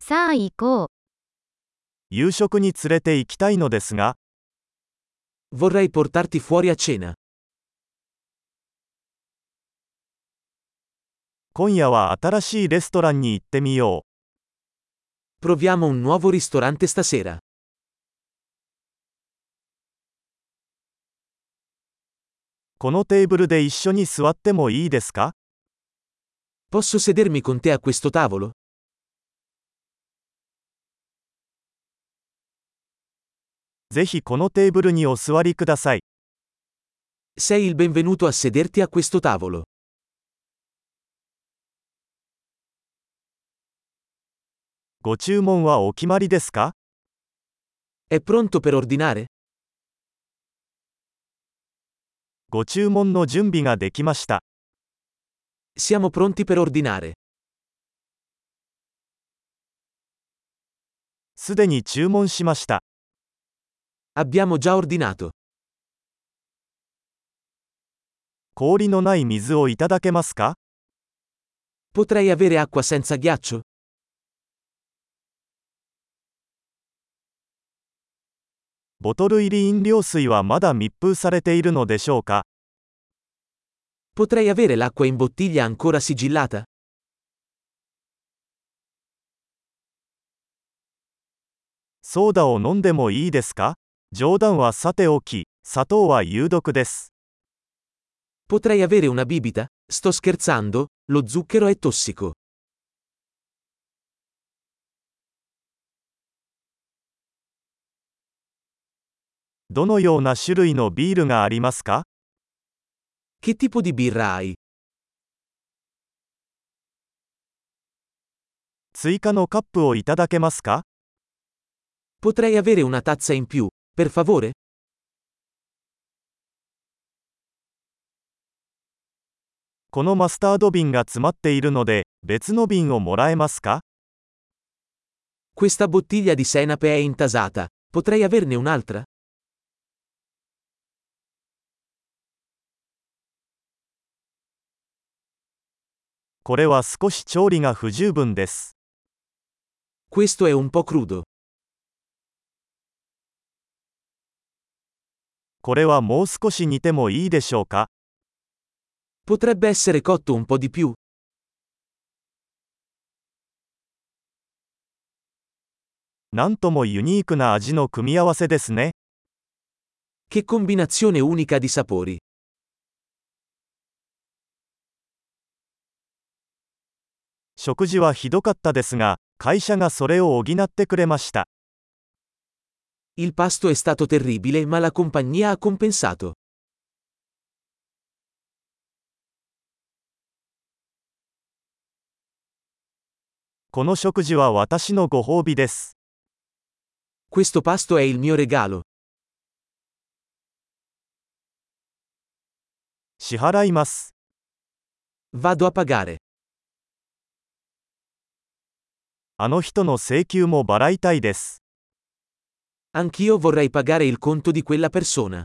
さあ行こう。夕食に連れて行きたいのですが、 Vorrei portarti fuori a cena. 今夜は新しいレストランに行ってみよ Proviamo un nuovo ristorante stasera. う。このテーブルで一緒に座ってもいいですか Posso sedermi con te a questo tavolo? ぜひこのテーブルにお座りください。 Sei il benvenuto a sederti a questo tavolo. ご注文はお決まりですか È pronto per ordinare? ご注文の準備ができました。 Siamo pronti per ordinare. すでに注文しました。 Abbiamo già ordinato. 氷のない水をいただけますか Potrei avere acqua senza ghiaccio? ボトル入り飲料水はまだ密封されているのでしょうか Potrei avere l'acqua in bottiglia ancora sigillata? ソーダを飲んでもいいですか冗談はさておき、砂糖は有毒です。 Potrei avere una bibita? Sto scherzando, lo zucchero è tossico. どのような種類のビールがありますか Che tipo di birra hai? 追加のカップをいただけますか Potrei avere una tazza in più, per favore? このマスタード瓶が詰まっているので、別の瓶をもらえますか Questa bottiglia di senape è intasata. Potrei averne un'altra? これは少し調理が不十分です。 Questo è un po' crudo. これはもう少し煮てもいいでしょうか Potrebbe essere cotto un po' di più. なんともユニークな味の組み合わせですね。 Che combinazione unica di sapori. 食事はひどかったですが、会社がそれを補ってくれました。 Il pasto è stato terribile, ma la compagnia ha compensato. この食事は私のご褒美です。 Questo pasto è il mio regalo. 支払います。 Vado a pagare. あの人の請求も払いたいです。 Anch'io vorrei pagare il conto di quella persona.